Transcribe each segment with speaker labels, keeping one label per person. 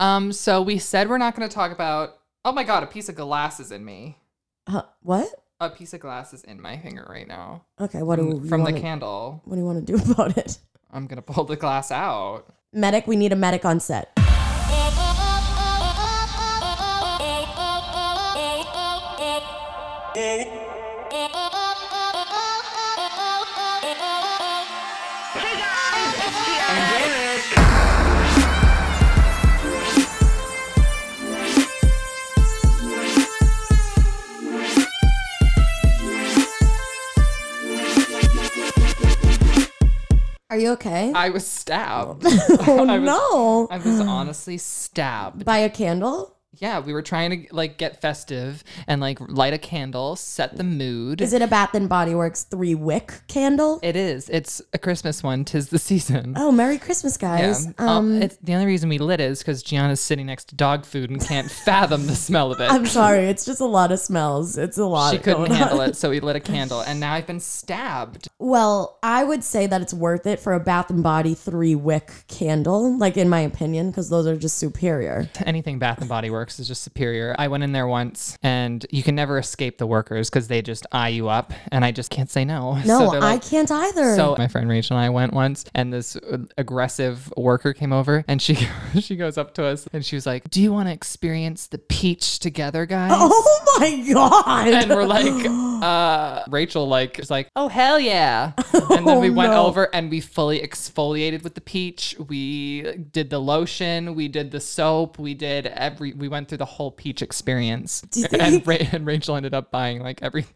Speaker 1: Um, so we said we're not going to talk about. Oh my god, a piece of glass is in me.
Speaker 2: Huh, what?
Speaker 1: A piece of glass is in my finger right now
Speaker 2: Okay, what do
Speaker 1: from,
Speaker 2: you
Speaker 1: from the
Speaker 2: wanna,
Speaker 1: candle.
Speaker 2: What do you want to do about it?
Speaker 1: I'm gonna pull the glass out.
Speaker 2: Medic, we need a medic on set. Are you okay?
Speaker 1: I was stabbed.
Speaker 2: oh
Speaker 1: I was-
Speaker 2: no!
Speaker 1: I was honestly stabbed.
Speaker 2: By a candle?
Speaker 1: Yeah, we were trying to like get festive and like light a candle, set the mood.
Speaker 2: Is it a Bath and Body Works three wick candle?
Speaker 1: it is. It's a Christmas one. Tis the season.
Speaker 2: Oh, Merry Christmas, guys!
Speaker 1: Yeah. Um, it's, the only reason we lit is because Gianna's sitting next to dog food and can't fathom the smell of it.
Speaker 2: I'm sorry. It's just a lot of smells. It's a lot.
Speaker 1: she couldn't
Speaker 2: going on.
Speaker 1: handle it, so we lit a candle, and now I've been stabbed.
Speaker 2: Well, I would say that it's worth it for a Bath and Body three wick candle, like in my opinion, because those are just superior.
Speaker 1: Anything Bath and Body Works is just superior. I went in there once, and you can never escape the workers because they just eye you up, and I just can't say no.
Speaker 2: No,
Speaker 1: they're
Speaker 2: I
Speaker 1: like-
Speaker 2: can't either.
Speaker 1: So my friend Rachel and I went once, and this uh, aggressive worker came over, and she she goes up to us, and she was like, "Do you want to experience the peach together, guys?"
Speaker 2: oh my god!
Speaker 1: And we're like, uh, Rachel, like, is like, oh, hell yeah. And then we
Speaker 2: Oh,
Speaker 1: went
Speaker 2: no.
Speaker 1: over and we fully exfoliated with the peach. We did the lotion. We did the soap. We did every, we went through the whole peach experience.
Speaker 2: you think-
Speaker 1: And, Ra- and Rachel ended up buying like everything.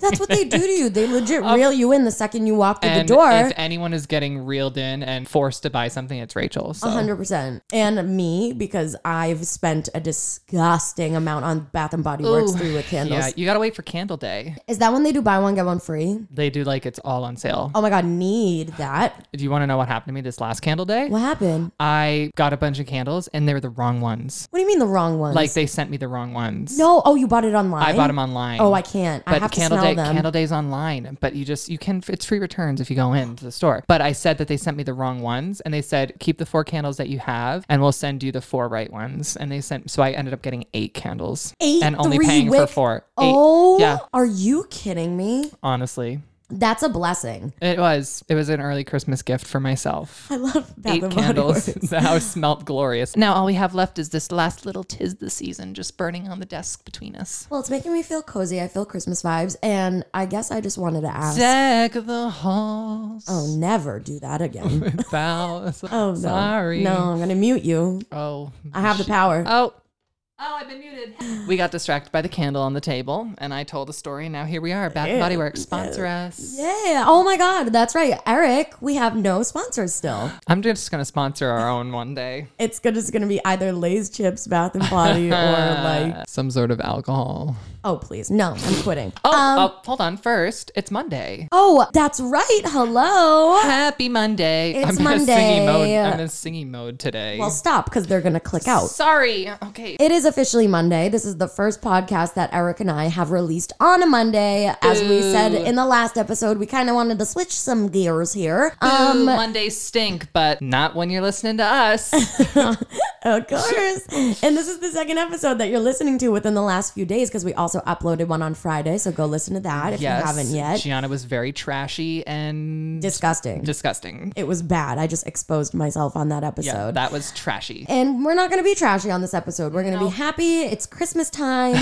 Speaker 2: That's what they do to you. They legit reel you in the second you walk through
Speaker 1: and
Speaker 2: the door.
Speaker 1: if anyone is getting reeled in and forced to buy something, it's Rachel. So.
Speaker 2: 100% and me because i've spent a disgusting amount on bath and body works
Speaker 1: Ooh,
Speaker 2: three with candles
Speaker 1: Yeah, you gotta wait for Candle Day.
Speaker 2: is that when they do buy one get one free
Speaker 1: They do like it's all on sale.
Speaker 2: oh my god need that
Speaker 1: Do you want to know what happened to me this last Candle Day?
Speaker 2: what happened
Speaker 1: I got a bunch of candles and they were the wrong ones.
Speaker 2: what do you mean the wrong ones
Speaker 1: Like they sent me the wrong ones.
Speaker 2: no oh you bought it online
Speaker 1: I bought them online.
Speaker 2: oh i can't i
Speaker 1: But
Speaker 2: have to
Speaker 1: candle
Speaker 2: smell
Speaker 1: day,
Speaker 2: them
Speaker 1: candle day's online, but you just you can it's free returns if you go into the store. But I said that they sent me the wrong ones, and they said keep the four candles that you have, and we'll send you the four right ones. And they sent so I ended up getting eight candles,
Speaker 2: Eight
Speaker 1: and only
Speaker 2: three
Speaker 1: paying for
Speaker 2: wick-
Speaker 1: four. Eight.
Speaker 2: oh
Speaker 1: yeah,
Speaker 2: are you kidding me
Speaker 1: honestly,
Speaker 2: that's a blessing
Speaker 1: it was it was an early Christmas gift for myself.
Speaker 2: i love bath
Speaker 1: eight
Speaker 2: and body
Speaker 1: candles.
Speaker 2: works
Speaker 1: the house smelt glorious. Now all we have left is this last little tis the season just burning on the desk between us.
Speaker 2: well it's making me feel cozy i feel christmas vibes and i guess i just wanted to ask
Speaker 1: Deck the halls.
Speaker 2: oh never do that again
Speaker 1: Bow.
Speaker 2: Oh no.
Speaker 1: Sorry.
Speaker 2: No, I'm gonna mute you.
Speaker 1: Oh.
Speaker 2: I have the power.
Speaker 1: Oh. Oh, I've been muted. We got distracted by the candle on the table, and I told a story, and now here we are. Bath and Body Works sponsor us.
Speaker 2: Yeah. Oh my god, that's right. Eric, we have no sponsors still.
Speaker 1: I'm just gonna sponsor our own one day.
Speaker 2: It's good it's gonna be either Lay's chips, bath and body, or like
Speaker 1: Some sort of alcohol.
Speaker 2: Oh please. No, I'm quitting.
Speaker 1: Oh,
Speaker 2: Oh,
Speaker 1: oh, hold on. First, it's Monday.
Speaker 2: oh that's right. Hello.
Speaker 1: Happy Monday.
Speaker 2: It's
Speaker 1: I'm in a singing mode.
Speaker 2: Monday.
Speaker 1: I'm in a singing mode today.
Speaker 2: Well stop, because they're gonna click out.
Speaker 1: Sorry. Okay.
Speaker 2: It is officially Monday. This is the first podcast that Eric and I have released on a Monday. As we said in the last episode, we kind of wanted to switch some gears here. Um,
Speaker 1: Ooh, Mondays stink, but not when you're listening to us.
Speaker 2: Of course. and this is the second episode that you're listening to within the last few days because we also uploaded one on Friday. So go listen to that if you haven't yet.
Speaker 1: Gianna was very trashy and
Speaker 2: Disgusting.
Speaker 1: disgusting.
Speaker 2: it was bad. I just exposed myself on that episode.
Speaker 1: Yeah, that was trashy.
Speaker 2: and we're not going to be trashy on this episode. We're going to be happy. It's Christmas time.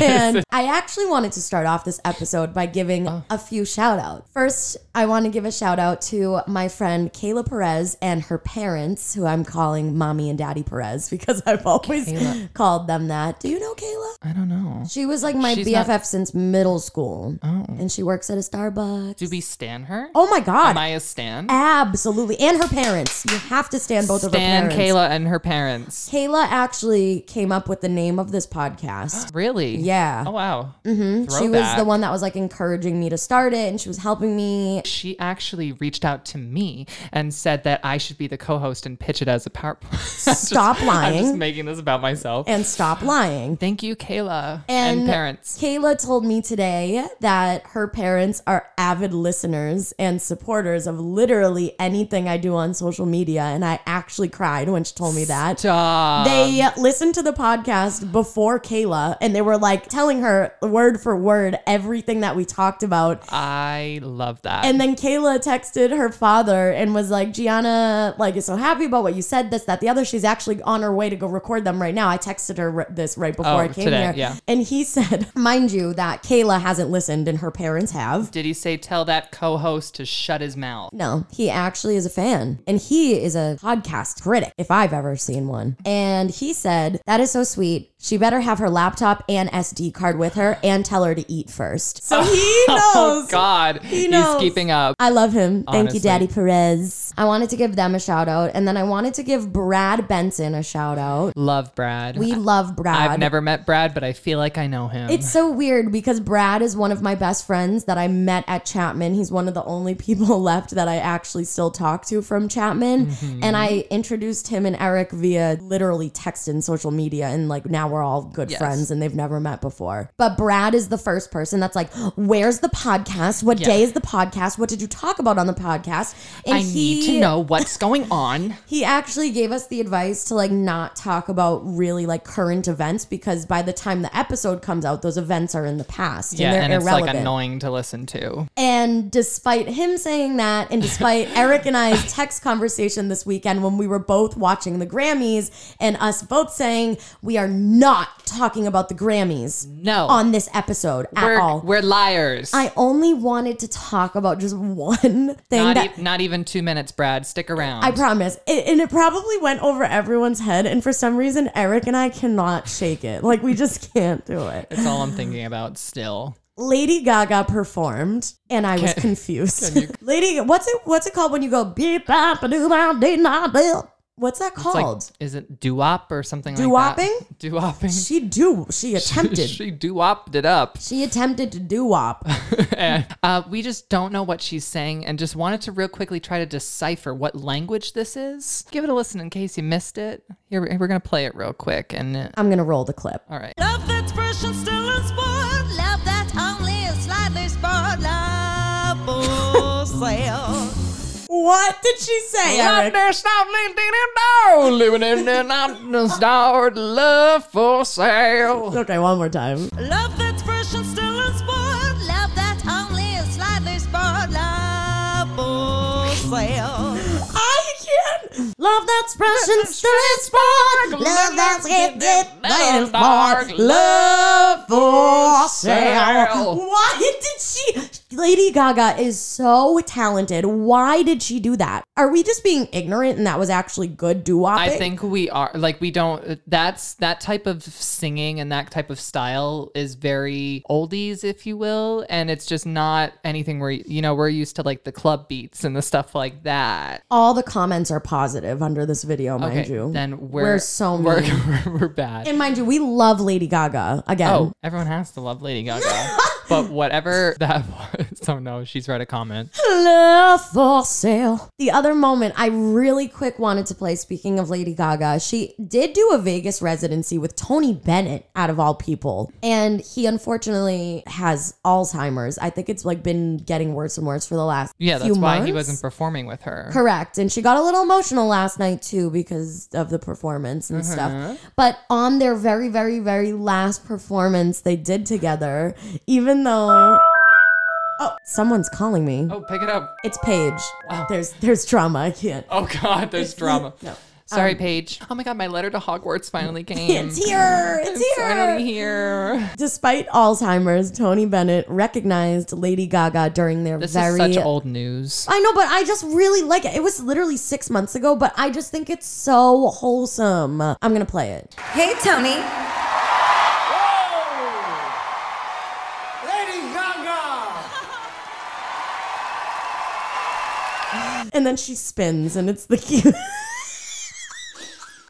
Speaker 2: and I actually wanted to start off this episode by giving
Speaker 1: Oh.
Speaker 2: a few shout outs. First, I want to give a shout out to my friend Kayla Perez and her parents, who I'm calling Mommy and Daddy Perez because I've always called them that. Do you know Kayla?
Speaker 1: I don't know.
Speaker 2: She was like my
Speaker 1: She's Oh.
Speaker 2: BFF since middle school. And she works at a Starbucks.
Speaker 1: Do we stan her?
Speaker 2: oh my God.
Speaker 1: Am I a stan?
Speaker 2: Absolutely. And her parents. You have to stand both of her
Speaker 1: Stan
Speaker 2: parents.
Speaker 1: Kayla and her parents.
Speaker 2: Kayla actually came up with the name of this podcast.
Speaker 1: Really?
Speaker 2: Yeah.
Speaker 1: Oh wow. Mm-hmm.
Speaker 2: she was the one that was like encouraging me to start it and she was helping me.
Speaker 1: She actually reached out to me and said that I should be the co-host and pitch it as a PowerPoint. I'm just-
Speaker 2: Stop
Speaker 1: I'm just
Speaker 2: lying.
Speaker 1: making this about myself.
Speaker 2: And stop lying.
Speaker 1: Thank you, Kayla
Speaker 2: And
Speaker 1: and, parents.
Speaker 2: Kayla told me today that her parents are avid listeners and supporters of literally anything I do on social media. And I actually cried when she told me that.
Speaker 1: Stop.
Speaker 2: They listened to the podcast before Kayla and they were like telling her word for word everything that we talked about.
Speaker 1: I love that.
Speaker 2: And then Kayla texted her father and was like, Gianna, like, is so happy about what you said, this, that, the other. She's actually on her way to go record them right now. I texted her r- this right before
Speaker 1: Oh,
Speaker 2: I came
Speaker 1: today,
Speaker 2: here.
Speaker 1: yeah.
Speaker 2: And he said, mind you, that Kayla hasn't listened and her parents have.
Speaker 1: Did he say tell that co-host to shut his mouth?
Speaker 2: No, he actually is a fan and he is a podcast critic, if I've ever seen one. And he said, That is so sweet. She better have her laptop and SD card with her and tell her to eat first. So he knows.
Speaker 1: Oh God,
Speaker 2: knows.
Speaker 1: he's keeping up.
Speaker 2: I love him. Thank
Speaker 1: Honestly.
Speaker 2: you, Daddy Perez. I wanted to give them a shout out. And then I wanted to give Brad Benson a shout out.
Speaker 1: Love Brad.
Speaker 2: We love Brad.
Speaker 1: I've never met Brad, but I feel like I know him.
Speaker 2: It's so weird because Brad is one of my best friends that I met at Chapman. He's one of the only people left that I actually still talk to from Chapman.
Speaker 1: Mm-hmm.
Speaker 2: And I introduced him and Eric via literally text and social media. And like now we're all good
Speaker 1: Yes.
Speaker 2: friends and they've never met before. But Brad is the first person that's like, Where's the podcast? What
Speaker 1: Yeah.
Speaker 2: day is the podcast? What did you talk about on the podcast? And
Speaker 1: I need to know what's going on.
Speaker 2: he actually gave us the advice to like not talk about really like current events because by the time the episode comes out, those events are in the past
Speaker 1: Yeah,
Speaker 2: and they're
Speaker 1: and it's
Speaker 2: irrelevant.
Speaker 1: like annoying to listen to.
Speaker 2: and despite him saying that, and despite Eric and I's text conversation this weekend when we were both watching the Grammys and us both saying we are not talking about the Grammys
Speaker 1: No,
Speaker 2: on this episode at
Speaker 1: we're,
Speaker 2: all.
Speaker 1: we're liars.
Speaker 2: I only wanted to talk about just one thing
Speaker 1: not,
Speaker 2: that
Speaker 1: e- not even two minutes, Brad. Stick around.
Speaker 2: I promise. It, and it probably went over everyone's head. And for some reason, Eric and I cannot shake it. Like, we just can't do it.
Speaker 1: That's all I'm thinking about still.
Speaker 2: Lady Gaga performed, and I was confused. Lady, what's it? What's it called when you go beep bop a doo bop dee nah, bill? What's that
Speaker 1: It's like,
Speaker 2: called?
Speaker 1: is it doo-wop or something like
Speaker 2: Doo-wopping?
Speaker 1: that? Doo-wopping?
Speaker 2: she do. She attempted. she,
Speaker 1: She doo-wopped it up.
Speaker 2: attempted to do wop.
Speaker 1: Uh, we just don't know what she's saying and just wanted to real quickly try to decipher what language this is. Give it a listen in case you missed it. Here, we- we're going to play it real quick. And uh,
Speaker 2: I'm gonna roll the clip.
Speaker 1: all right.
Speaker 3: Love that's fresh and still in sport. Love that's only a slightly spoiled love for sale.
Speaker 2: What did she say,
Speaker 1: Love
Speaker 2: Eric?
Speaker 1: this, love this, dee, dee, doo, living in the mountains, dog, love for sale.
Speaker 2: Okay, one more time.
Speaker 3: Love that's fresh and still in sport. Love that's only a slightly spoiled love for sale.
Speaker 2: I can't. Love that's fresh and still is spark. Love that's it, it, it, spark. Love for sale. Why did she? Lady Gaga is so talented. Why did she do that? Are we just being ignorant and that was actually good doo
Speaker 1: I think we are like we don't. That's that type of singing and that type of style is very oldies, if you will, and it's just not anything where you know we're used to like the club beats and the stuff like that.
Speaker 2: All the comments are positive under this video, mind
Speaker 1: Okay,
Speaker 2: you.
Speaker 1: then we're,
Speaker 2: We're so
Speaker 1: we're,
Speaker 2: mean.
Speaker 1: we're, we're bad.
Speaker 2: and mind you, we love Lady Gaga again.
Speaker 1: oh, everyone has to love Lady Gaga, but whatever that was. Oh no, she's read a comment.
Speaker 2: Love for sale. The other moment I really quick wanted to play, speaking of Lady Gaga, she did do a Vegas residency with Tony Bennett, out of all people. And he unfortunately has Alzheimer's. I think it's like been getting worse and worse for the last
Speaker 1: Yeah,
Speaker 2: few
Speaker 1: that's why he
Speaker 2: months.
Speaker 1: wasn't performing with her.
Speaker 2: Correct. And she got a little emotional last night too because of the performance
Speaker 1: Uh-huh.
Speaker 2: and stuff. But on their very, very, very last performance they did together, even though Oh, someone's calling me.
Speaker 1: oh, pick it up.
Speaker 2: It's Paige. There's there's drama. I can't.
Speaker 1: Oh God, there's drama.
Speaker 2: No.
Speaker 1: Sorry, Paige. Oh my God, my letter to Hogwarts finally came.
Speaker 2: It's here. It's
Speaker 1: It's finally
Speaker 2: here.
Speaker 1: here.
Speaker 2: Despite Alzheimer's, Tony Bennett recognized Lady Gaga during their
Speaker 1: This
Speaker 2: very.
Speaker 1: is such old news.
Speaker 2: I know, but I just really like it. It was literally six months ago, but I just think it's so wholesome. I'm gonna play it.
Speaker 3: Hey, Tony.
Speaker 4: Oh! Lady Gaga!
Speaker 2: And then she spins, and it's the cute.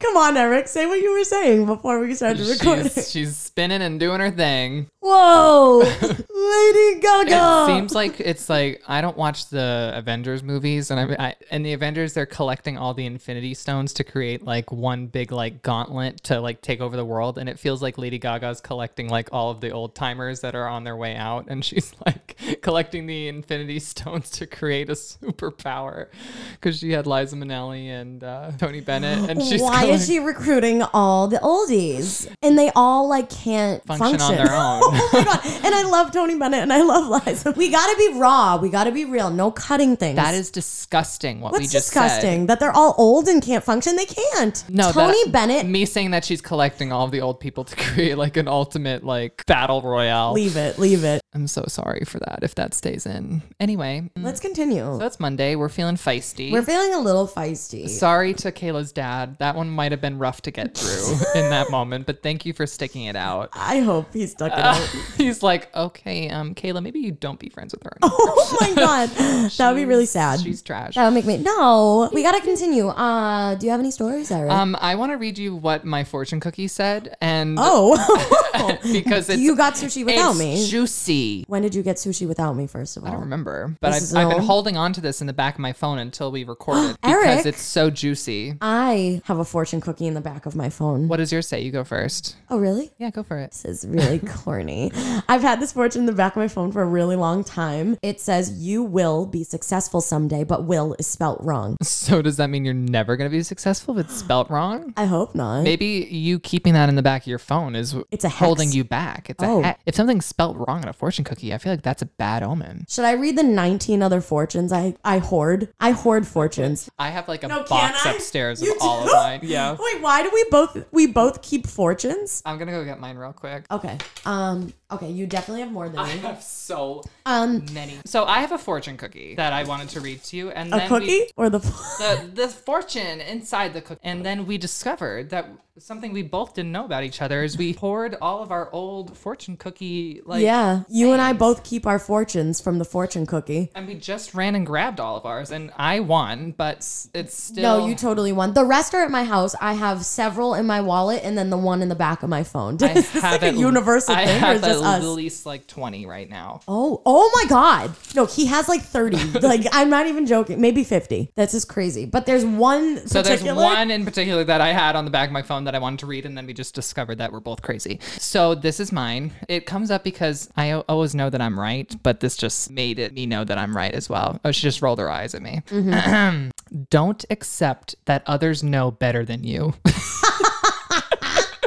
Speaker 2: Come on, Eric, say what you were saying before we started recording.
Speaker 1: She's, she's spinning and doing her thing.
Speaker 2: Whoa, Lady Gaga.
Speaker 1: It seems like it's like I don't watch the Avengers movies, and I'm I, and the Avengers they're collecting all the Infinity Stones to create like one big like gauntlet to like take over the world, and it feels like Lady Gaga's collecting like all of the old timers that are on their way out, and she's like collecting the Infinity Stones to create a superpower because she had Liza Minnelli and uh, Tony Bennett, and she's
Speaker 2: Why
Speaker 1: collecting-
Speaker 2: is she recruiting all the oldies? And they all like can't
Speaker 1: function
Speaker 2: function,
Speaker 1: on their own.
Speaker 2: Oh my god! And I love Tony Bennett and I love Liza. We gotta be raw. We gotta be real. No cutting things.
Speaker 1: That is disgusting. What we
Speaker 2: What's
Speaker 1: just said.
Speaker 2: disgusting that they're all old and can't function. They can't.
Speaker 1: No,
Speaker 2: Tony
Speaker 1: that-
Speaker 2: Bennett,
Speaker 1: Me saying that she's collecting all of the old people to create like an ultimate like battle royale.
Speaker 2: leave it, leave it.
Speaker 1: I'm so sorry for that if that stays in. Anyway, Mm. so
Speaker 2: Let's continue.
Speaker 1: that's Monday. We're feeling feisty.
Speaker 2: We're feeling a little feisty.
Speaker 1: sorry to Kayla's dad. That one might have been rough to get through in that moment, but thank you for sticking it out.
Speaker 2: I hope he stuck it
Speaker 1: Uh,
Speaker 2: out.
Speaker 1: He's like, okay, um, Kayla, maybe you don't be friends with her.
Speaker 2: Oh my god, that would be really sad.
Speaker 1: She's trash.
Speaker 2: That would make me no. We gotta continue. Uh, do you have any stories, Eric?
Speaker 1: Um, I want to read you what my fortune cookie said, and
Speaker 2: oh,
Speaker 1: because it's
Speaker 2: you got sushi without
Speaker 1: it's
Speaker 2: me.
Speaker 1: juicy.
Speaker 2: when did you get sushi without me? First of all,
Speaker 1: I don't remember, but
Speaker 2: This
Speaker 1: I've, I've
Speaker 2: is
Speaker 1: been
Speaker 2: all-
Speaker 1: holding on to this in the back of my phone until we recorded
Speaker 2: Eric.
Speaker 1: because it's so juicy.
Speaker 2: I have a fortune cookie in the back of my phone.
Speaker 1: What does yours say? You go first.
Speaker 2: Oh, really?
Speaker 1: Yeah, go for it.
Speaker 2: This is really corny. I've had this fortune in the back of my phone for a really long time. It says, You will be successful someday, but will is spelt wrong.
Speaker 1: So does that mean you're never going to be successful if it's spelt wrong?
Speaker 2: I hope not.
Speaker 1: Maybe you keeping that in the back of your phone is
Speaker 2: It's a hex.
Speaker 1: holding you back. It's
Speaker 2: Oh.
Speaker 1: a he- if something's spelt wrong on a fortune cookie, I feel like that's a bad omen.
Speaker 2: Should I read the 19 other fortunes I, I hoard? I hoard fortunes.
Speaker 1: I have like a
Speaker 2: No, can
Speaker 1: box
Speaker 2: I?
Speaker 1: upstairs
Speaker 2: You
Speaker 1: of all
Speaker 2: do?
Speaker 1: of mine. Yeah.
Speaker 2: Wait, why do we both we both keep fortunes?
Speaker 1: I'm going to go get mine real quick.
Speaker 2: Okay. Um okay, you definitely have more than
Speaker 1: I
Speaker 2: me.
Speaker 1: have so
Speaker 2: Um
Speaker 1: many. So I have a fortune cookie that I wanted to read to you and
Speaker 2: a
Speaker 1: then
Speaker 2: cookie
Speaker 1: we
Speaker 2: or the
Speaker 1: the the fortune inside the cookie. And then we discovered that something we both didn't know about each other is we poured all of our old fortune cookie like
Speaker 2: Yeah, you and I both keep our fortunes from the fortune cookie.
Speaker 1: and we just ran and grabbed all of ours and I won, but s- it's still
Speaker 2: No, you totally won. The rest are at my house. I have several in my wallet and then the one in the back of my phone.
Speaker 1: I
Speaker 2: Is this
Speaker 1: have
Speaker 2: like a
Speaker 1: at-
Speaker 2: universal
Speaker 1: I
Speaker 2: thing or
Speaker 1: have
Speaker 2: is just
Speaker 1: at
Speaker 2: us?
Speaker 1: least like 20 right now.
Speaker 2: Oh, oh my God. No, he has like 30. like, I'm not even joking. Maybe 50. That's just crazy. But there's one
Speaker 1: So
Speaker 2: particular.
Speaker 1: there's one in particular that I had on the back of my phone that I wanted to read, and then we just discovered that we're both crazy. So this is mine. It comes up because I o- always know that I'm right, but this just made it me know that I'm right as well. Oh, she just rolled her eyes at me.
Speaker 2: Mm-hmm.
Speaker 1: Don't accept that others know better than you.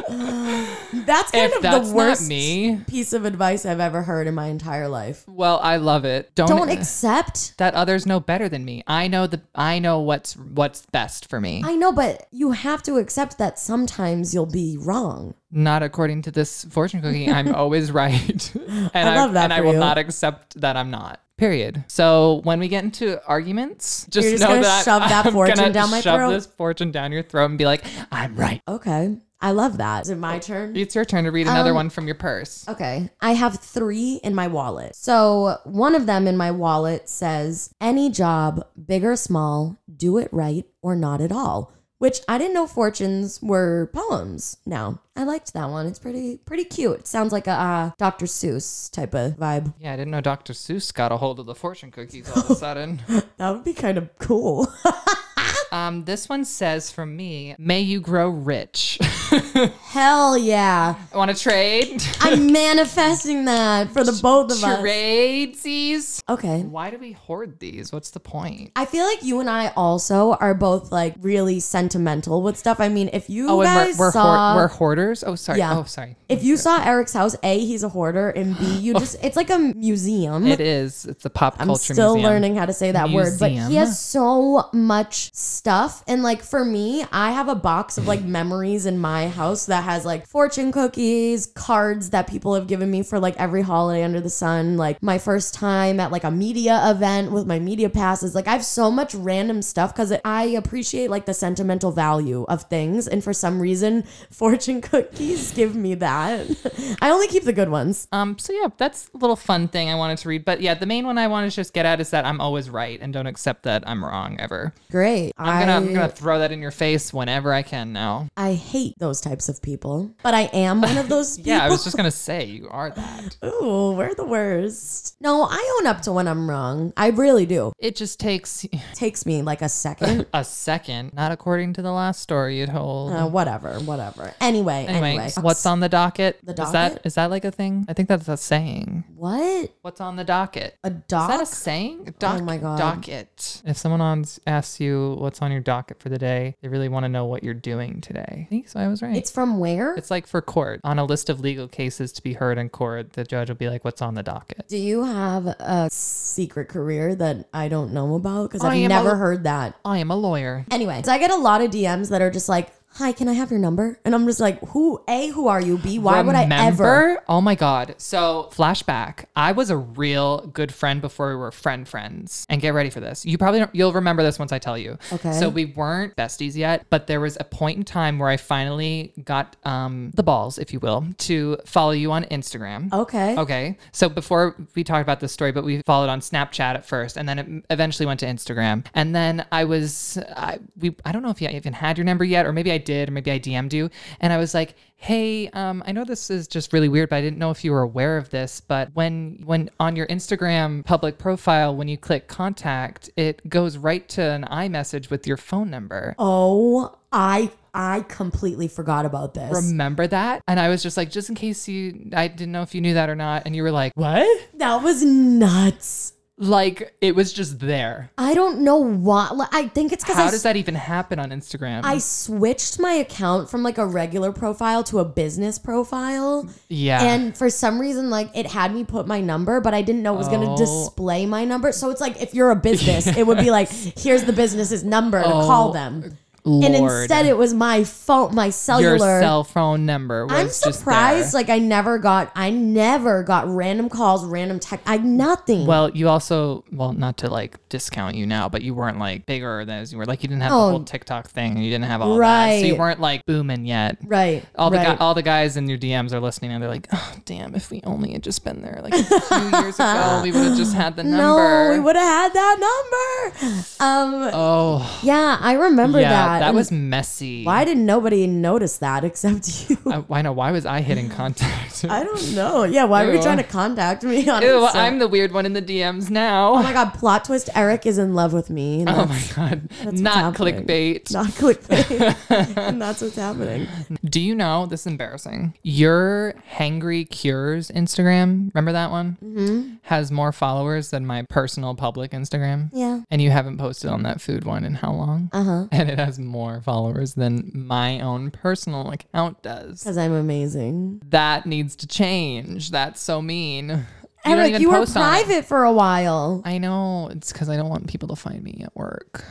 Speaker 2: That's kind
Speaker 1: If that's
Speaker 2: of the
Speaker 1: not
Speaker 2: worst
Speaker 1: me-
Speaker 2: piece of advice I've ever heard in my entire life.
Speaker 1: well, I love it. Don't,
Speaker 2: Don't accept.
Speaker 1: that others know better than me. I know the I know what's what's best for me.
Speaker 2: I know, but you have to accept that sometimes you'll be wrong.
Speaker 1: not according to this fortune cookie. I'm always right. and I,
Speaker 2: love that
Speaker 1: And I
Speaker 2: for
Speaker 1: will
Speaker 2: you.
Speaker 1: not accept that I'm not. Period. So when we get into arguments, just,
Speaker 2: You're just
Speaker 1: know
Speaker 2: gonna
Speaker 1: that
Speaker 2: shove that
Speaker 1: I'm
Speaker 2: fortune
Speaker 1: gonna
Speaker 2: down my
Speaker 1: shove
Speaker 2: throat?
Speaker 1: this fortune down your throat and be like, I'm right.
Speaker 2: Okay. I love that. Is it my turn?
Speaker 1: It's your turn to read
Speaker 2: Um,
Speaker 1: another one from your purse.
Speaker 2: Okay. I have three in my wallet. So one of them in my wallet says, any job, big or small, do it right or not at all. Which I didn't know fortunes were poems. Now I liked that one. It's pretty pretty cute. sounds like a uh, Dr. Seuss type of vibe.
Speaker 1: Yeah, I didn't know Dr. Seuss got a hold of the fortune cookies all of a sudden.
Speaker 2: That would be kind of cool.
Speaker 1: um, this one says from me, may you grow rich.
Speaker 2: Hell yeah!
Speaker 1: Want to trade?
Speaker 2: I'm manifesting that for the both of us.
Speaker 1: Tradesies?
Speaker 2: Okay.
Speaker 1: Why do we hoard these? What's the point?
Speaker 2: I feel like you and I also are both like really sentimental with stuff. I mean, if you
Speaker 1: Oh,
Speaker 2: guys
Speaker 1: and we're, we're,
Speaker 2: saw,
Speaker 1: hoard- we're hoarders. Oh, sorry.
Speaker 2: Yeah.
Speaker 1: Oh, sorry. Oh.
Speaker 2: if you saw Eric's house, a he's a hoarder, and b you just it's like a museum.
Speaker 1: It is. It's a pop
Speaker 2: I'm
Speaker 1: culture.
Speaker 2: still
Speaker 1: museum.
Speaker 2: learning how to say that word, but he
Speaker 1: Museum.
Speaker 2: has so much stuff. And like for me, I have a box of like memories in my my house that has like fortune cookies, cards that people have given me for like every holiday under the sun, like my first time at like a media event with my media passes. Like I have so much random stuff because I appreciate like the sentimental value of things. And for some reason, fortune cookies give me that. I only keep the good ones.
Speaker 1: Um, so yeah, that's a little fun thing I wanted to read. But yeah, the main one I want to just get at is that I'm always right and don't accept that I'm wrong ever.
Speaker 2: Great.
Speaker 1: I'm gonna, I'm gonna throw that in your face whenever I can now.
Speaker 2: I hate those types of people, but I am one of those people.
Speaker 1: Yeah, I was just gonna say you are that.
Speaker 2: Ooh, we're the worst. No, I own up to when I'm wrong. I really do.
Speaker 1: It just takes
Speaker 2: takes me like a second.
Speaker 1: a second, not according to the last story you told.
Speaker 2: Uh, whatever, whatever. Anyway,
Speaker 1: anyway,
Speaker 2: anyway.
Speaker 1: what's on the docket?
Speaker 2: The
Speaker 1: Is
Speaker 2: docket?
Speaker 1: that is that like a thing? I think that's a saying.
Speaker 2: What?
Speaker 1: What's on the docket?
Speaker 2: A doc? Oh
Speaker 1: Is that a saying? Doc-
Speaker 2: my God.
Speaker 1: Docket. If someone on asks you what's on your docket for the day, they really want to know what you're doing today. I think so. I was right.
Speaker 2: it's from where?
Speaker 1: It's like for court on a list of legal cases to be heard in court. The judge will be like, "What's on the docket?"
Speaker 2: do you have a secret career that I don't know about? Because
Speaker 1: Oh, I
Speaker 2: I've
Speaker 1: am
Speaker 2: never
Speaker 1: a-
Speaker 2: heard that.
Speaker 1: I am a lawyer.
Speaker 2: Anyway, so I get a lot of DMs that are just like, "Hi, can I have your number?" And I'm just like, "Who? A, who are you? B, why would I ever?"
Speaker 1: Remember? Oh my god. So flashback. I was a real good friend before we were friend friends. And get ready for this. You probably don't, you'll remember this once I tell you.
Speaker 2: Okay.
Speaker 1: So we weren't besties yet, but there was a point in time where I finally got um, the balls, if you will, to follow you on Instagram.
Speaker 2: Okay.
Speaker 1: Okay. So before we talked about this story, but we followed on Snapchat at first, and then it eventually went to Instagram. And then I was, I we, I don't know if you even had your number yet, or maybe I did, or maybe I DM'd you, and I was like, hey, um, I know this is just really weird, but I didn't know if you were aware of this, but when when on your Instagram public profile, when you click contact, it goes right to an iMessage with your phone number.
Speaker 2: Oh, I I completely forgot about this.
Speaker 1: Remember that? And I was just like, just in case you, I didn't know if you knew that or not. And you were like, what?
Speaker 2: that was nuts.
Speaker 1: Like, it was just there.
Speaker 2: I don't know why. like, I think it's because I,
Speaker 1: How
Speaker 2: s-
Speaker 1: does that even happen on Instagram?
Speaker 2: I switched my account from like a regular profile to a business profile.
Speaker 1: yeah.
Speaker 2: And for some reason, like it had me put my number, but I didn't know it was going
Speaker 1: Oh.
Speaker 2: to display my number. So it's like if you're a business, it would be like, here's the business's number to call
Speaker 1: Oh,
Speaker 2: them.
Speaker 1: Lord.
Speaker 2: And instead, it was my phone, my cellular.
Speaker 1: your cell phone number was
Speaker 2: I'm
Speaker 1: just
Speaker 2: surprised.
Speaker 1: there.
Speaker 2: Like I never got, I never got random calls, random text. I nothing.
Speaker 1: well, you also well, not to like discount you now, but you weren't like bigger than as you were. Like you didn't have
Speaker 2: Oh.
Speaker 1: the whole TikTok thing, and you didn't have all that, so you
Speaker 2: Right.
Speaker 1: weren't like booming yet.
Speaker 2: right.
Speaker 1: All the
Speaker 2: right.
Speaker 1: guy, all the guys in your DMs are listening, and they're like, "Oh, damn! If we only had just been there like a few years ago, we would have just had the number."
Speaker 2: No, we would have had that number. Um,
Speaker 1: Oh,
Speaker 2: yeah, I remember
Speaker 1: yeah,
Speaker 2: that.
Speaker 1: that,
Speaker 2: And
Speaker 1: was messy.
Speaker 2: Why did nobody notice that except you?
Speaker 1: I, I know. Why was I hitting contact?
Speaker 2: I don't know. Yeah, why were you
Speaker 1: Ew.
Speaker 2: trying to contact me? On
Speaker 1: Ew,
Speaker 2: Insta?
Speaker 1: I'm the weird one in the DMs now.
Speaker 2: Oh my god! Plot twist: Eric is in love with me. And
Speaker 1: Oh
Speaker 2: that's
Speaker 1: my god.
Speaker 2: what's
Speaker 1: Not
Speaker 2: happening.
Speaker 1: clickbait.
Speaker 2: not clickbait, and that's what's happening.
Speaker 1: Do you know this is embarrassing? Your Hangry Cures Instagram, remember that one?
Speaker 2: Mm-hmm.
Speaker 1: Has more followers than my personal public Instagram.
Speaker 2: Yeah. Uh-huh.
Speaker 1: And you haven't posted on that food one in how long? Uh huh. And it has more followers than my own personal account does.
Speaker 2: Because I'm amazing.
Speaker 1: That needs to change. That's so mean. You don't
Speaker 2: Eric,
Speaker 1: even
Speaker 2: you were
Speaker 1: post on it.
Speaker 2: private for a while.
Speaker 1: I know. It's because I don't want people to find me at work.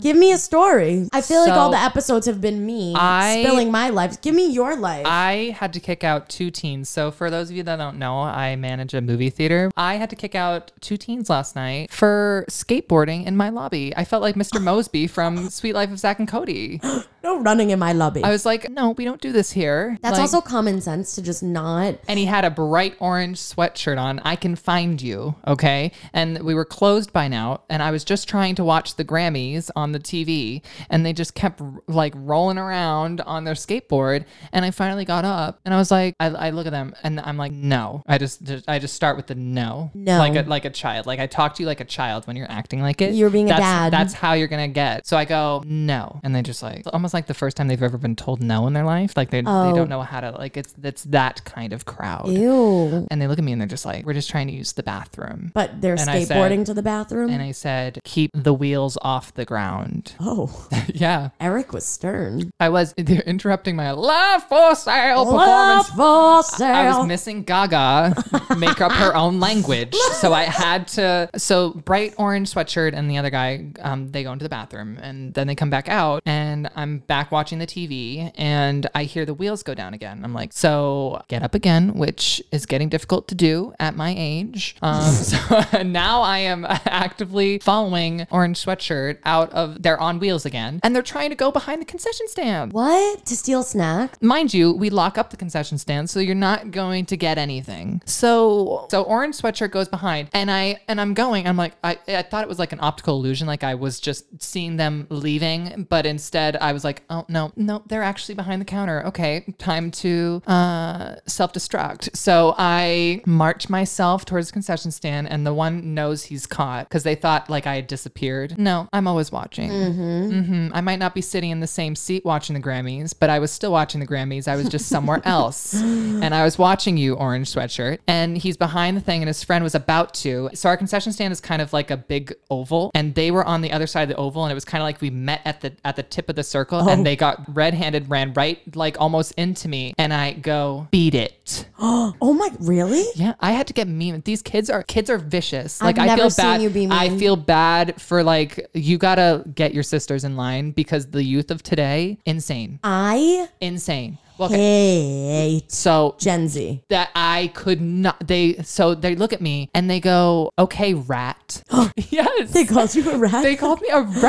Speaker 2: Give me a story. I feel like all
Speaker 1: So-
Speaker 2: the episodes have been me
Speaker 1: I-
Speaker 2: spilling my life. Give me your life.
Speaker 1: I had to kick out two teens. So for those of you that don't know, I manage a movie theater. I had to kick out two teens last night for skateboarding in my lobby. I felt like Mr. Mosby from Sweet Life of Zach and Cody.
Speaker 2: no running in my lobby.
Speaker 1: I was like, no, we don't do this here.
Speaker 2: that's
Speaker 1: Like-
Speaker 2: also common sense to just not.
Speaker 1: and he had a bright orange sweatshirt on. I can find you, okay? And we were closed by now, and I was just trying to watch the Grammys on the TV, and they just kept like rolling around on their skateboard. And I finally got up, and I was like, I, I look at them, and I'm like, no. I just, just I just start with the no,
Speaker 2: No.
Speaker 1: like a like a child. Like I talk to you like a child when you're acting like it.
Speaker 2: You're being a
Speaker 1: that's,
Speaker 2: dad.
Speaker 1: That's how you're gonna get. So I go no, and they just like almost like the first time they've ever been told no in their life. Like they,
Speaker 2: Oh.
Speaker 1: they don't know how to like it's it's that kind of crowd.
Speaker 2: Ew.
Speaker 1: And they look at me and they're just like, we're just trying to use the bathroom.
Speaker 2: But they're
Speaker 1: And I said-
Speaker 2: skateboarding to the bathroom.
Speaker 1: and I said, keep the wheels off the ground.
Speaker 2: oh,
Speaker 1: yeah,
Speaker 2: Eric was stern.
Speaker 1: I was. They're interrupting my live for sale
Speaker 2: Love
Speaker 1: performance.
Speaker 2: for sale.
Speaker 1: I was missing Gaga make up her own language. So I had to. So bright orange sweatshirt and the other guy, um, they go into the bathroom and then they come back out and I'm I'm back watching the TV and I hear the wheels go down again. I'm like, so get up again, which is getting difficult to do at my age. Um, so now I am actively following Orange Sweatshirt out of, they're on wheels again and they're trying to go behind the concession stand.
Speaker 2: What? To steal snacks?
Speaker 1: Mind you, we lock up the concession stand, so you're not going to get anything. So, so orange sweatshirt goes behind, and I and I'm going. I'm like, I, I thought it was like an optical illusion, like I was just seeing them leaving, but instead I was like, oh no, no, they're actually behind the counter. Okay, time to uh, self destruct. So I march myself towards the concession stand, and the one knows he's caught because they thought like I had disappeared. No, I'm always watching. Mhm. I might not be sitting in the same seat watching the Grammys, but I was still watching the Grammys. I was just somewhere else. And I was watching you, Orange Sweatshirt. And he's behind the thing, and his friend was about to. So our concession stand is kind of like a big oval, and they were on the other side of the oval, and it was kind of like we met at the at the tip of the circle, and they got red handed, ran right like almost into me. And I go, beat it.
Speaker 2: Oh my, really?
Speaker 1: Yeah, I had to get mean. These kids are kids are vicious.
Speaker 2: I've
Speaker 1: Like I
Speaker 2: never
Speaker 1: feel
Speaker 2: seen
Speaker 1: bad.
Speaker 2: you be
Speaker 1: I
Speaker 2: mean.
Speaker 1: feel bad for like you gotta get your sisters in line because the youth of today insane,
Speaker 2: I
Speaker 1: insane. Well, okay,
Speaker 2: hate
Speaker 1: so
Speaker 2: Gen Z.
Speaker 1: that I could not. They so they look at me and they go, "Okay, rat." yes,
Speaker 2: They called you a rat?
Speaker 1: They called me a rat.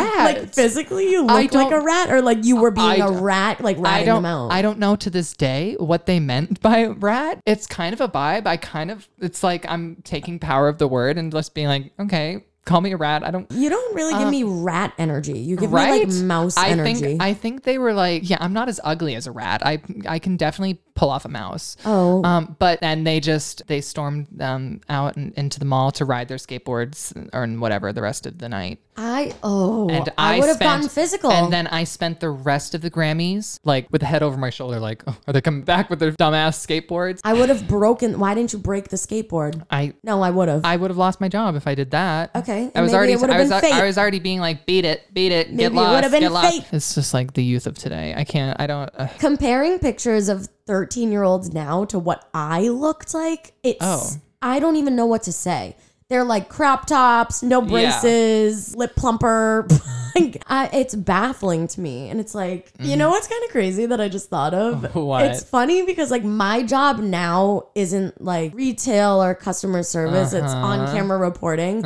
Speaker 2: like physically you
Speaker 1: I
Speaker 2: looked like a
Speaker 1: don't-
Speaker 2: rat or like you were being
Speaker 1: I-
Speaker 2: a rat, like ratting
Speaker 1: I don't.
Speaker 2: them out.
Speaker 1: I don't know to this day what they meant by rat. It's kind of a vibe. I kind of. It's like I'm taking power of the word and just being like, okay, call me a rat. I don't.
Speaker 2: you don't really give me rat energy. You give
Speaker 1: Uh, Right?
Speaker 2: me like mouse
Speaker 1: I
Speaker 2: energy.
Speaker 1: think. I think they were like, yeah, I'm not as ugly as a rat. I. I can definitely pull off a mouse.
Speaker 2: oh,
Speaker 1: Um, but then they just they stormed um, out and into the mall to ride their skateboards or and whatever the rest of the night.
Speaker 2: I oh,
Speaker 1: And I,
Speaker 2: I, would have
Speaker 1: spent-
Speaker 2: gotten physical.
Speaker 1: And then I spent the rest of the Grammys like with the head over my shoulder, like, oh, are they coming back with their dumbass skateboards?
Speaker 2: I would have broken. Why didn't you break the skateboard?
Speaker 1: I
Speaker 2: No, I would have.
Speaker 1: I would have lost my job if I did that.
Speaker 2: Okay, and
Speaker 1: I was
Speaker 2: maybe
Speaker 1: already
Speaker 2: it would've
Speaker 1: I was
Speaker 2: been
Speaker 1: al- I
Speaker 2: fate.
Speaker 1: was already being like, beat it, beat it,
Speaker 2: Maybe
Speaker 1: get
Speaker 2: it
Speaker 1: lost,
Speaker 2: would've been
Speaker 1: get lost.
Speaker 2: fate.
Speaker 1: It's just like the youth of today. I can't. I don't. Uh,
Speaker 2: Comparing pictures of 13 year olds now to what I looked like, it's
Speaker 1: Oh.
Speaker 2: I don't even know what to say. They're like crop tops, no braces, lip plumper. like, I, it's baffling to me. And it's like, you know what's kind of crazy that I just thought of?
Speaker 1: Mm-hmm. What?
Speaker 2: It's funny because, like, my job now isn't like retail or customer service, it's
Speaker 1: Uh-huh.
Speaker 2: on camera reporting.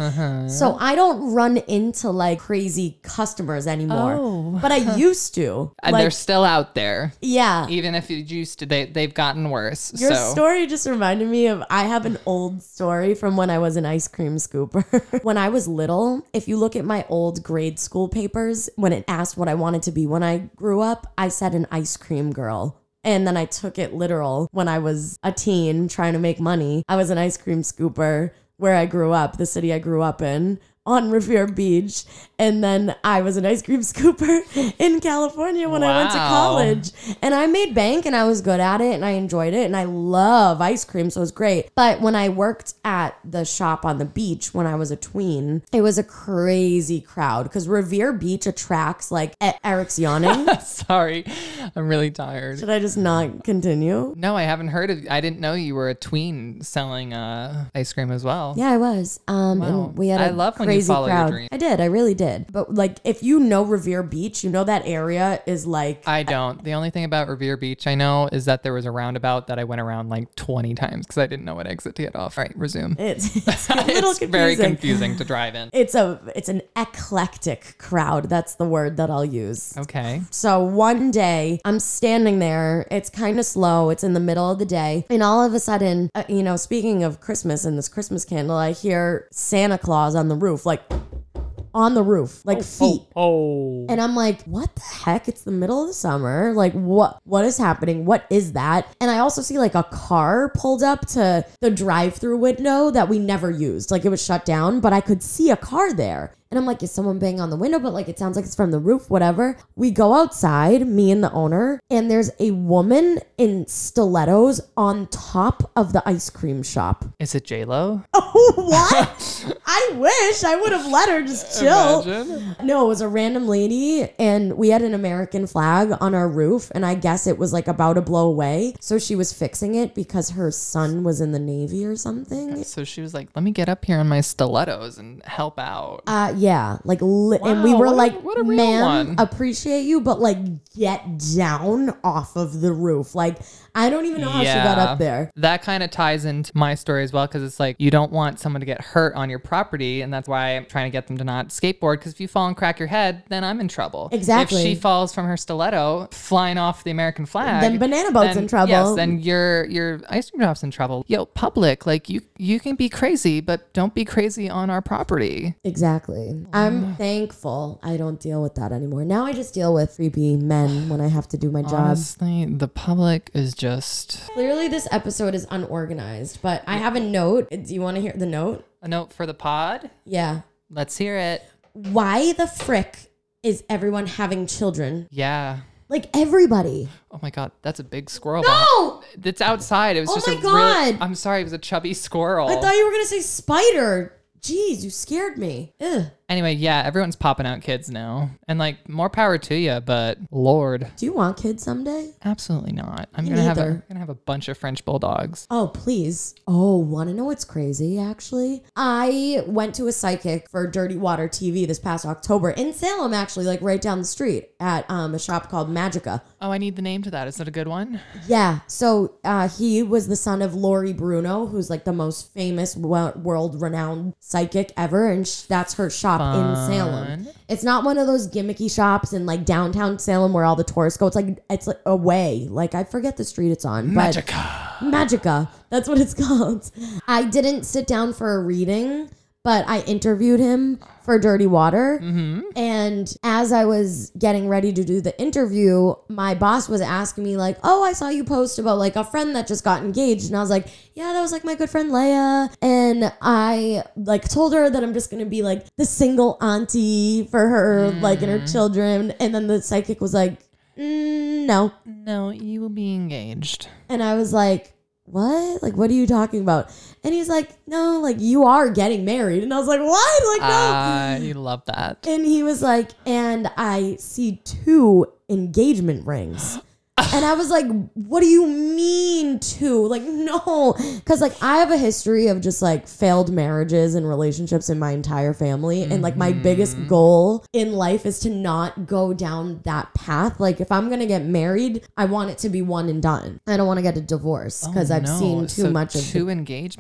Speaker 2: So I don't run into like crazy customers anymore.
Speaker 1: Oh.
Speaker 2: But I used to.
Speaker 1: and they're
Speaker 2: like,
Speaker 1: still out there,
Speaker 2: yeah.
Speaker 1: even if you used to. They they've gotten worse.
Speaker 2: Your
Speaker 1: so.
Speaker 2: story just reminded me of I have an old story from when I was an ice cream scooper. when I was little, if you look at my old grade school papers, when it asked what I wanted to be when I grew up, I said an ice cream girl. And then I took it literal when I was a teen trying to make money. I was an ice cream scooper where I grew up, the city I grew up in. On Revere Beach. And then I was an ice cream scooper in California when I went to
Speaker 1: Wow.
Speaker 2: college college. and I made bank and I was good at it and I enjoyed it and I love ice cream so it was great. But when I worked at the shop on the beach when I was a tween, it was a crazy crowd cuz Revere Beach attracts like E- Eric's yawning.
Speaker 1: Sorry, I'm really tired.
Speaker 2: Should I just not continue?
Speaker 1: No, I haven't heard of. I didn't know you were a tween selling uh, ice cream as well.
Speaker 2: Yeah, I was. Um,
Speaker 1: Wow.
Speaker 2: and we had a
Speaker 1: I love when you
Speaker 2: crazy
Speaker 1: follow your
Speaker 2: crowd.
Speaker 1: dream.
Speaker 2: I did. I really did. But like, if you know Revere Beach, you know that area is like
Speaker 1: I don't. The only thing about Revere Beach I know is that there was a roundabout that I went around like 20 times because I didn't know what exit to get off. All right, resume.
Speaker 2: it's, it's a little
Speaker 1: it's very
Speaker 2: confusing.
Speaker 1: confusing to drive in.
Speaker 2: It's a it's an eclectic crowd. That's the word that I'll use.
Speaker 1: Okay.
Speaker 2: So one day I'm standing there. It's kind of slow. It's in the middle of the day. And all of a sudden, uh, you know, speaking of Christmas and this Christmas candle, I hear Santa Claus on the roof, like on the roof, like feet.
Speaker 1: Oh.
Speaker 2: And I'm like, what the heck? It's the middle of the summer. Like, what? What is happening? What is that? And I also see like a car pulled up to the drive-through window that we never used. Like it was shut down, but I could see a car there. And I'm like, is someone banging on the window? But like, it sounds like it's from the roof. Whatever. We go outside, me and the owner, and there's a woman in stilettos on top of the ice cream shop.
Speaker 1: Is it J Lo?
Speaker 2: Oh, what? I wish I would have let her just chill. No, it was a random lady, and we had an American flag on our roof, and I guess it was like about to blow away. So she was fixing it because her son was in the Navy or something.
Speaker 1: So she was like, "Let me get up here on my stilettos and help out."
Speaker 2: Uh, yeah, like, li- and we
Speaker 1: Wow,
Speaker 2: were
Speaker 1: what a-
Speaker 2: like,
Speaker 1: what a real
Speaker 2: "Ma'am,
Speaker 1: one."
Speaker 2: appreciate you, but like, get down off of the roof." Like, I don't even know how she got up there.
Speaker 1: That kind of ties into my story as well because it's like you don't want someone to get hurt on your property, and that's why I'm trying to get them to not skateboard. Because if you fall and crack your head, then I'm in trouble.
Speaker 2: Exactly.
Speaker 1: If she falls from her stiletto, flying off the American flag,
Speaker 2: Then banana boat's in trouble.
Speaker 1: Yes, then your your ice cream drop's in trouble. Yo, public, like you you can be crazy, but don't be crazy on our property.
Speaker 2: Exactly. I'm thankful I don't deal with that anymore. Now I just deal with creepy men when I have to do my job.
Speaker 1: Honestly, the public is just
Speaker 2: Clearly, this episode is unorganized, but I have a note. Do you want to hear the note?
Speaker 1: a note for the pod.
Speaker 2: Yeah.
Speaker 1: Let's hear it.
Speaker 2: Why the frick is everyone having children?
Speaker 1: Yeah.
Speaker 2: Like everybody.
Speaker 1: Oh my god, that's a big squirrel.
Speaker 2: No!
Speaker 1: That's outside. It was
Speaker 2: Oh
Speaker 1: just
Speaker 2: my
Speaker 1: a really-
Speaker 2: God.
Speaker 1: I'm sorry, it was a chubby squirrel.
Speaker 2: I thought you were going to say spider. Jeez, you scared me. Ugh.
Speaker 1: anyway, yeah, everyone's popping out kids now. And like more power to you, but lord,
Speaker 2: Do you want kids someday?
Speaker 1: absolutely not. I'm going to have a,
Speaker 2: neither.
Speaker 1: I'm going to have a bunch of French bulldogs.
Speaker 2: Oh, please. Oh, want to know what's crazy, actually? I went to a psychic for Dirty Water TV this past October in Salem, actually, like right down the street at um, a shop called Magica.
Speaker 1: Oh, I need the name to that. Is that a good one?
Speaker 2: Yeah. So uh, he was the son of Lori Bruno, who's like the most famous, world renowned psychic ever. And sh- that's her shop in Salem. It's not one of those gimmicky shops in like downtown Salem where all the tourists go. It's like, it's like away. Like, I forget the street it's on. But Magica. That's what it's called. I didn't sit down for a reading, but I interviewed him for Dirty Water. And as I was getting ready to do the interview, my boss was asking me, like, oh, I saw you post about like a friend that just got engaged. And I was like, yeah, that was like my good friend Leia. And I like told her that I'm just going to be like the single auntie for her, like, and her children. And then the psychic was like, mm, no.
Speaker 1: No, you will be engaged.
Speaker 2: And I was like, what? Like, what are you talking about? And he's like, no, like, you are getting married. And I was like, what? Like, no.
Speaker 1: I love that.
Speaker 2: and he was like, and I see two engagement rings. And I was like, what do you mean to? Like, no. Cause like I have a history of just like failed marriages and relationships in my entire family. And like my biggest
Speaker 1: Mm-hmm.
Speaker 2: goal in life is to not go down that path. Like if I'm gonna get married, I want it to be one and done. I don't wanna get a divorce because
Speaker 1: Oh,
Speaker 2: I've
Speaker 1: no.
Speaker 2: seen too
Speaker 1: So
Speaker 2: much of the
Speaker 1: two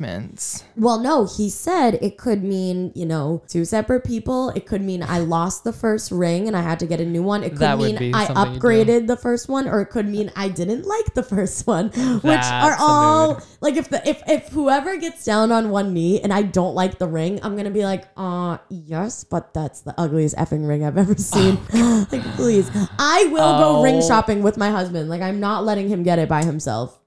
Speaker 1: engagements.
Speaker 2: well, no, he said it could mean, you know, two separate people. It could mean I lost the first ring and I had to get a new one. It could
Speaker 1: That would
Speaker 2: mean
Speaker 1: be
Speaker 2: I
Speaker 1: something you do.
Speaker 2: upgraded the first one, or it could mean I didn't like the first one, which are
Speaker 1: That's a
Speaker 2: all
Speaker 1: mood.
Speaker 2: like if the if if whoever gets down on one knee and I don't like the ring, I'm gonna be like, uh, yes, but that's the ugliest effing ring I've ever seen. like, please, I will go ring
Speaker 1: Oh.
Speaker 2: shopping with my husband. Like, I'm not letting him get it by himself.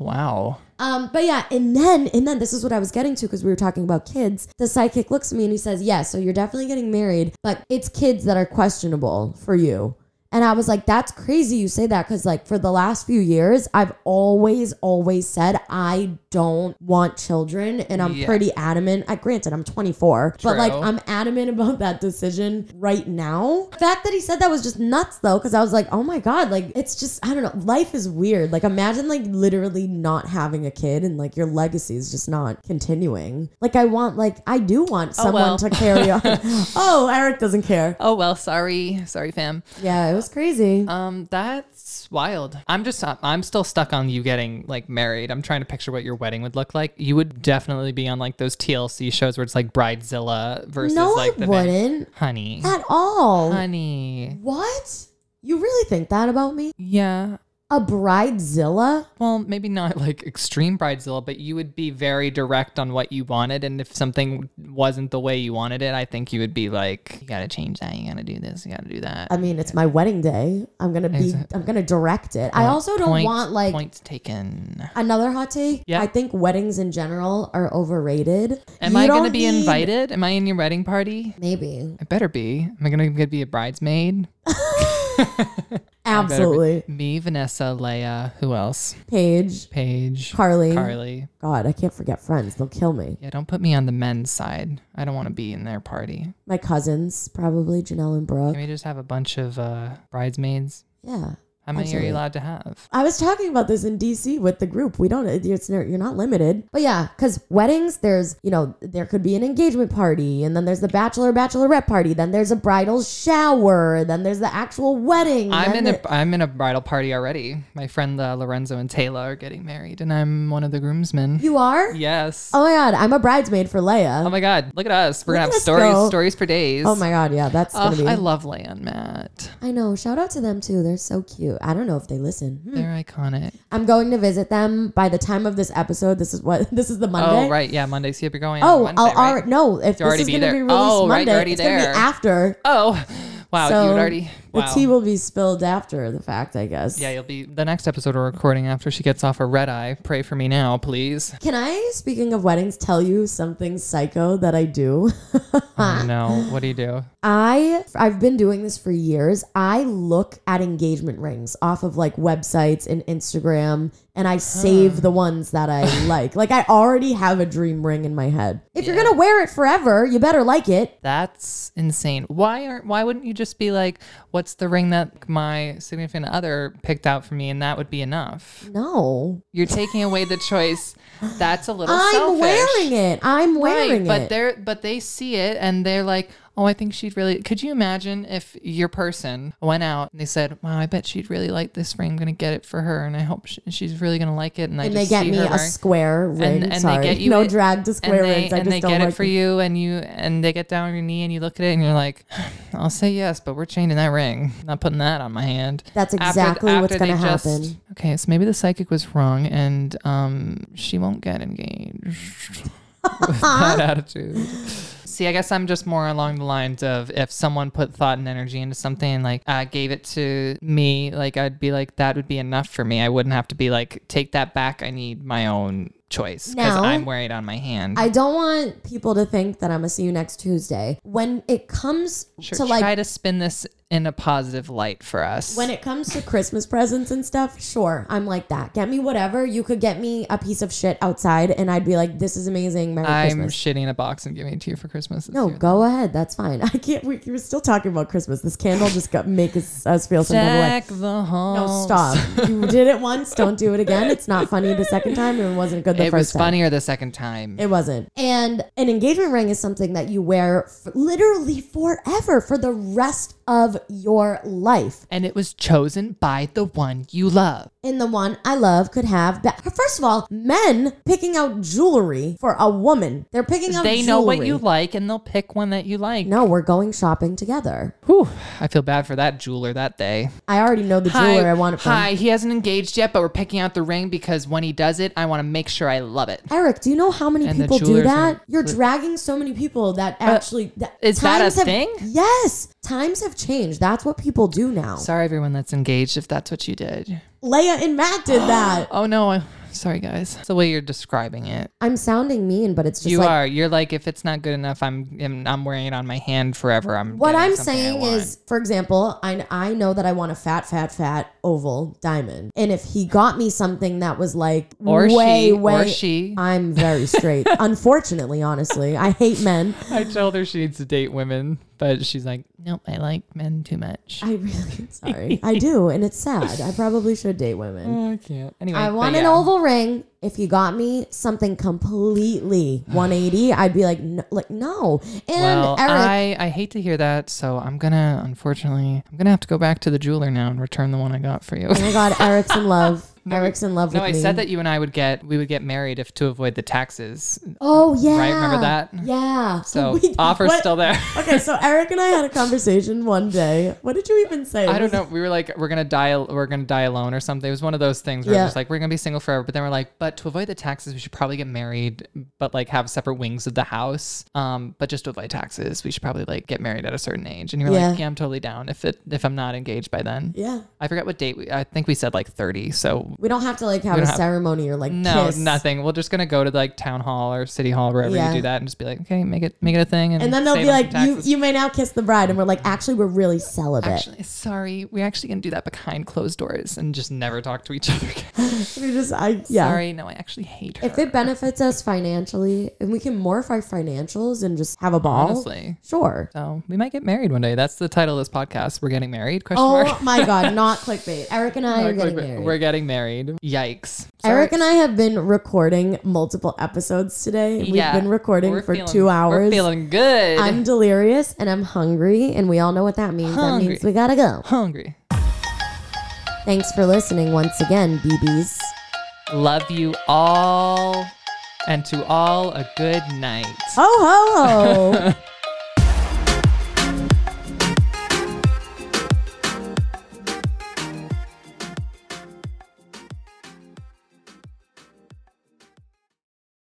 Speaker 1: Wow.
Speaker 2: Um, but yeah, and then and then this is what I was getting to because we were talking about kids. The psychic looks at me and he says, "Yeah, so you're definitely getting married, but it's kids that are questionable for you." And I was like, "That's crazy you say that because like for the last few years, I've always always said I don't want children, and I'm
Speaker 1: Yeah.
Speaker 2: pretty adamant. I granted I'm 24, but like
Speaker 1: True.
Speaker 2: I'm adamant about that decision right now. The fact that he said that was just nuts though, because I was like, oh my god, like it's just I don't know. Life is weird. Like imagine like literally not having a kid and like your legacy is just not continuing. Like I want like I do want someone
Speaker 1: Oh, well.
Speaker 2: to carry on. oh, Eric doesn't care.
Speaker 1: Oh well, sorry, sorry, fam.
Speaker 2: Yeah, it was crazy.
Speaker 1: Um, that's wild. I'm just, I'm still stuck on you getting like married. I'm trying to picture what your wedding would look like. You would definitely be on like those TLC shows where it's like Bridezilla versus
Speaker 2: no,
Speaker 1: like
Speaker 2: I
Speaker 1: the man-
Speaker 2: wouldn't
Speaker 1: honey,
Speaker 2: at all.
Speaker 1: honey.
Speaker 2: What? You really think that about me?
Speaker 1: Yeah.
Speaker 2: A bridezilla?
Speaker 1: Well, maybe not like extreme Bridezilla, but you would be very direct on what you wanted. And if something wasn't the way you wanted it, I think you would be like, you got to change that. You got to do this. You got to do that.
Speaker 2: I mean, it's my wedding day. I'm gonna be. I'm gonna direct it. I also don't
Speaker 1: Point-
Speaker 2: want like
Speaker 1: points taken.
Speaker 2: another hot take.
Speaker 1: Yeah.
Speaker 2: I think weddings in general are overrated.
Speaker 1: Am
Speaker 2: You
Speaker 1: I going to
Speaker 2: don't
Speaker 1: be
Speaker 2: need-
Speaker 1: invited? Am I in your wedding party?
Speaker 2: Maybe.
Speaker 1: I better be. Am I gonna get- be a bridesmaid? Better be-
Speaker 2: Absolutely.
Speaker 1: Me, Vanessa, Leia. Who else?
Speaker 2: Paige,
Speaker 1: Paige.
Speaker 2: Carly.
Speaker 1: Carly.
Speaker 2: God, I can't forget friends. They'll kill me.
Speaker 1: Yeah, don't put me on the men's side. I don't want to be in their party.
Speaker 2: My cousins, probably Janelle and Brooke.
Speaker 1: Can we just have a bunch of uh, bridesmaids?
Speaker 2: Yeah.
Speaker 1: How many are
Speaker 2: Absolutely.
Speaker 1: you allowed to have?
Speaker 2: I was talking about this in DC with the group. We don't. It's you're not limited. But yeah, because weddings, there's you know there could be an engagement party, and then there's the bachelor bachelorette party, then there's a bridal shower, then there's the actual wedding.
Speaker 1: I'm
Speaker 2: then
Speaker 1: in a
Speaker 2: it-
Speaker 1: I'm in a bridal party already. My friend uh, Lorenzo and Taylor are getting married, and I'm one of the groomsmen.
Speaker 2: You are.
Speaker 1: yes.
Speaker 2: Oh my god, I'm a bridesmaid for Leia.
Speaker 1: Oh my God! Look at us. We're
Speaker 2: Look
Speaker 1: gonna
Speaker 2: at
Speaker 1: have
Speaker 2: us
Speaker 1: stories
Speaker 2: go.
Speaker 1: stories for days.
Speaker 2: Oh my god, yeah, that's
Speaker 1: Ugh,
Speaker 2: gonna be. Hmm.
Speaker 1: I love Land, Matt.
Speaker 2: I know. Shout out to them too. They're so cute. I don't know if they listen. Hmm.
Speaker 1: They're iconic.
Speaker 2: I'm going to visit them by the time of this episode. This is what this is the Monday.
Speaker 1: Oh right, yeah, Monday. See if you're going. on
Speaker 2: Oh,
Speaker 1: Wednesday,
Speaker 2: I'll
Speaker 1: right?
Speaker 2: already no. If this
Speaker 1: already
Speaker 2: is
Speaker 1: be
Speaker 2: going to
Speaker 1: there.
Speaker 2: be released
Speaker 1: Oh, right,
Speaker 2: Monday,
Speaker 1: you're already
Speaker 2: it's going to
Speaker 1: there.
Speaker 2: be after.
Speaker 1: Oh, wow!
Speaker 2: So
Speaker 1: you would already. Wow.
Speaker 2: The tea will be spilled after the fact, I guess.
Speaker 1: yeah, you'll be the next episode we're recording after she gets off her red eye. Pray for me now, please.
Speaker 2: Can I, speaking of weddings, tell you something psycho that I do? Ah.
Speaker 1: Oh, no, what do you do?
Speaker 2: I I've been doing this for years. I look at engagement rings off of like websites and Instagram and I save the ones that I like. Like I already have a dream ring in my head. If you're going to wear it forever, you better like it.
Speaker 1: That's insane. Why aren't? Why wouldn't you just be like, "What's the ring that my significant other picked out for me?" And that would be enough.
Speaker 2: No.
Speaker 1: You're taking away the choice. That's a little.
Speaker 2: I'm
Speaker 1: selfish.
Speaker 2: wearing it. I'm wearing
Speaker 1: right,
Speaker 2: it.
Speaker 1: but they're but they see it and they're like, oh, I think she'd really. Could you imagine if your person went out and they said, wow, I bet she'd really like this ring. I'm gonna get it for her, and I hope she, she's really gonna like it. And, I
Speaker 2: and
Speaker 1: just
Speaker 2: they get
Speaker 1: see
Speaker 2: me
Speaker 1: her
Speaker 2: a
Speaker 1: wearing-
Speaker 2: square ring.
Speaker 1: and, and
Speaker 2: Sorry,
Speaker 1: they get you
Speaker 2: no
Speaker 1: it-
Speaker 2: drag to square
Speaker 1: and they,
Speaker 2: rings. I
Speaker 1: and
Speaker 2: just
Speaker 1: they
Speaker 2: don't
Speaker 1: get
Speaker 2: like
Speaker 1: it for you, and you and they get down on your knee and you look at it and you're like, I'll say yes, but we're changing that ring. Not putting that on my hand.
Speaker 2: That's exactly what's
Speaker 1: they
Speaker 2: gonna
Speaker 1: just-
Speaker 2: happen.
Speaker 1: okay, so maybe the psychic was wrong, and um, she won't get engaged. With
Speaker 2: Uh-huh.
Speaker 1: that attitude. See, I guess I'm just more along the lines of if someone put thought and energy into something and like uh, gave it to me, like I'd be like, that would be enough for me. I wouldn't have to be like, take that back. I need my own choice because
Speaker 2: Now-
Speaker 1: I'm wearing it on my hand.
Speaker 2: I don't want people to think that I'm gonna see you next Tuesday. When it comes
Speaker 1: Sure,
Speaker 2: to like
Speaker 1: try to spin this in a positive light for us.
Speaker 2: when it comes to Christmas presents and stuff, sure, I'm like that. Get me whatever. You could get me a piece of shit outside, and I'd be like, "This is amazing, Merry
Speaker 1: I'm
Speaker 2: Christmas."
Speaker 1: shitting a box and giving it to you for Christmas. this
Speaker 2: no,
Speaker 1: year.
Speaker 2: go ahead. That's fine. I can't. We, we're still talking about Christmas. This candle just got make us, us feel some kind of way.
Speaker 1: Deck the halls.
Speaker 2: No, stop. you did it once. Don't do it again. It's not funny the second time, and it wasn't good the
Speaker 1: It was
Speaker 2: first time.
Speaker 1: funnier the second time.
Speaker 2: It wasn't. And an engagement ring is something that you wear f literally forever for the rest of your life.
Speaker 1: and it was chosen by the one you love.
Speaker 2: And the one I love could have. Ba- First of all, men picking out jewelry for a woman. They're picking out
Speaker 1: They
Speaker 2: jewelry.
Speaker 1: know what you like and they'll pick one that you like.
Speaker 2: No, we're going shopping together.
Speaker 1: Whew, I feel bad for that jeweler that day.
Speaker 2: I already know the jeweler I want it from.
Speaker 1: hi, he hasn't engaged yet, but we're picking out the ring because when he does it, I want to make sure I love it.
Speaker 2: Eric, do you know how many
Speaker 1: And the
Speaker 2: people do
Speaker 1: jewelers
Speaker 2: that?
Speaker 1: are- Uh,
Speaker 2: You're dragging so many people that actually. that-
Speaker 1: is that a
Speaker 2: times have-
Speaker 1: thing?
Speaker 2: Yes, times have changed. That's what people do now.
Speaker 1: Sorry, everyone that's engaged, if that's what you did.
Speaker 2: Leia and Matt did that.
Speaker 1: Oh no, I, sorry guys. It's the way you're describing it.
Speaker 2: I'm sounding mean, but it's just
Speaker 1: you
Speaker 2: like
Speaker 1: are. You're like, if it's not good enough, I'm I'm, I'm wearing it on my hand forever. I'm.
Speaker 2: What
Speaker 1: getting
Speaker 2: I'm
Speaker 1: something I
Speaker 2: saying
Speaker 1: want.
Speaker 2: is, for example, I, I know that I want a fat, fat, fat oval diamond. And if he got me something that was like
Speaker 1: Or she,
Speaker 2: way,
Speaker 1: or
Speaker 2: way,
Speaker 1: she.
Speaker 2: I'm very straight. Unfortunately, honestly, I hate men.
Speaker 1: I told her she needs to date women, but she's like, nope, I like men too much.
Speaker 2: I really, sorry, I do, and it's sad. I probably should date women.
Speaker 1: I can't. Anyway, Mm,
Speaker 2: I
Speaker 1: but
Speaker 2: want an
Speaker 1: yeah.
Speaker 2: oval ring. If you got me something completely 180, I'd be like, no, like no. And
Speaker 1: Well,
Speaker 2: Eric,
Speaker 1: I, I hate to hear that, so I'm gonna unfortunately I'm gonna have to go back to the jeweler now and return the one I got for you.
Speaker 2: oh my God, Eric's in love. Eric's in love
Speaker 1: no,
Speaker 2: with
Speaker 1: Oh, I
Speaker 2: me.
Speaker 1: said that you and I would get we would get married if to avoid the taxes.
Speaker 2: Oh yeah.
Speaker 1: remember that?
Speaker 2: Yeah.
Speaker 1: So
Speaker 2: We-
Speaker 1: offer's
Speaker 2: what-
Speaker 1: still there.
Speaker 2: okay, so Eric and I had a conversation one day. What did you even say?
Speaker 1: I don't know. We were like, we're gonna die. We're gonna die alone or something. It was one of those things where
Speaker 2: Yeah.
Speaker 1: we're just like, we're gonna be single forever. But then we're like, but to avoid the taxes, we should probably get married, but like have separate wings of the house. Um, but just to avoid taxes, we should probably like get married at a certain age. And you were like,
Speaker 2: Yeah.
Speaker 1: yeah, I'm totally down if it if I'm not engaged by then.
Speaker 2: Yeah.
Speaker 1: I forgot what date we. I think we said like 30. So
Speaker 2: We don't have to like have
Speaker 1: We
Speaker 2: a
Speaker 1: don't have-
Speaker 2: ceremony or like
Speaker 1: No,
Speaker 2: kiss.
Speaker 1: nothing. We're just gonna go to like town hall or city hall, wherever
Speaker 2: Yeah.
Speaker 1: you do that, and just be like, okay, make it make it a thing, and,
Speaker 2: And then they'll
Speaker 1: save
Speaker 2: be
Speaker 1: us
Speaker 2: like,
Speaker 1: some
Speaker 2: you,
Speaker 1: taxes.
Speaker 2: you may now kiss the bride. And we're like, actually, we're really celibate.
Speaker 1: Actually, sorry, we're actually gonna do that behind closed doors and just never talk to each other again.
Speaker 2: we just, I, yeah.
Speaker 1: Sorry, no, I actually hate her.
Speaker 2: If it benefits us financially and we can morph our financials and just have a ball,
Speaker 1: Honestly.
Speaker 2: sure.
Speaker 1: so we might get married one day. That's the title of this podcast. We're getting married? Question
Speaker 2: Oh
Speaker 1: mark.
Speaker 2: my God, not clickbait. Eric and I are getting married.
Speaker 1: We're getting married. Yikes.
Speaker 2: Eric and I have been recording multiple episodes today. We've
Speaker 1: Yeah,
Speaker 2: been recording
Speaker 1: we're
Speaker 2: for
Speaker 1: feeling-
Speaker 2: two hours.
Speaker 1: We're feeling good.
Speaker 2: I'm delirious and I'm hungry, and we all know what that means.
Speaker 1: Hungry.
Speaker 2: That means we gotta go.
Speaker 1: hungry.
Speaker 2: Thanks for listening once again, BBs.
Speaker 1: Love you all. And to all, a good night.
Speaker 2: Oh ho ho!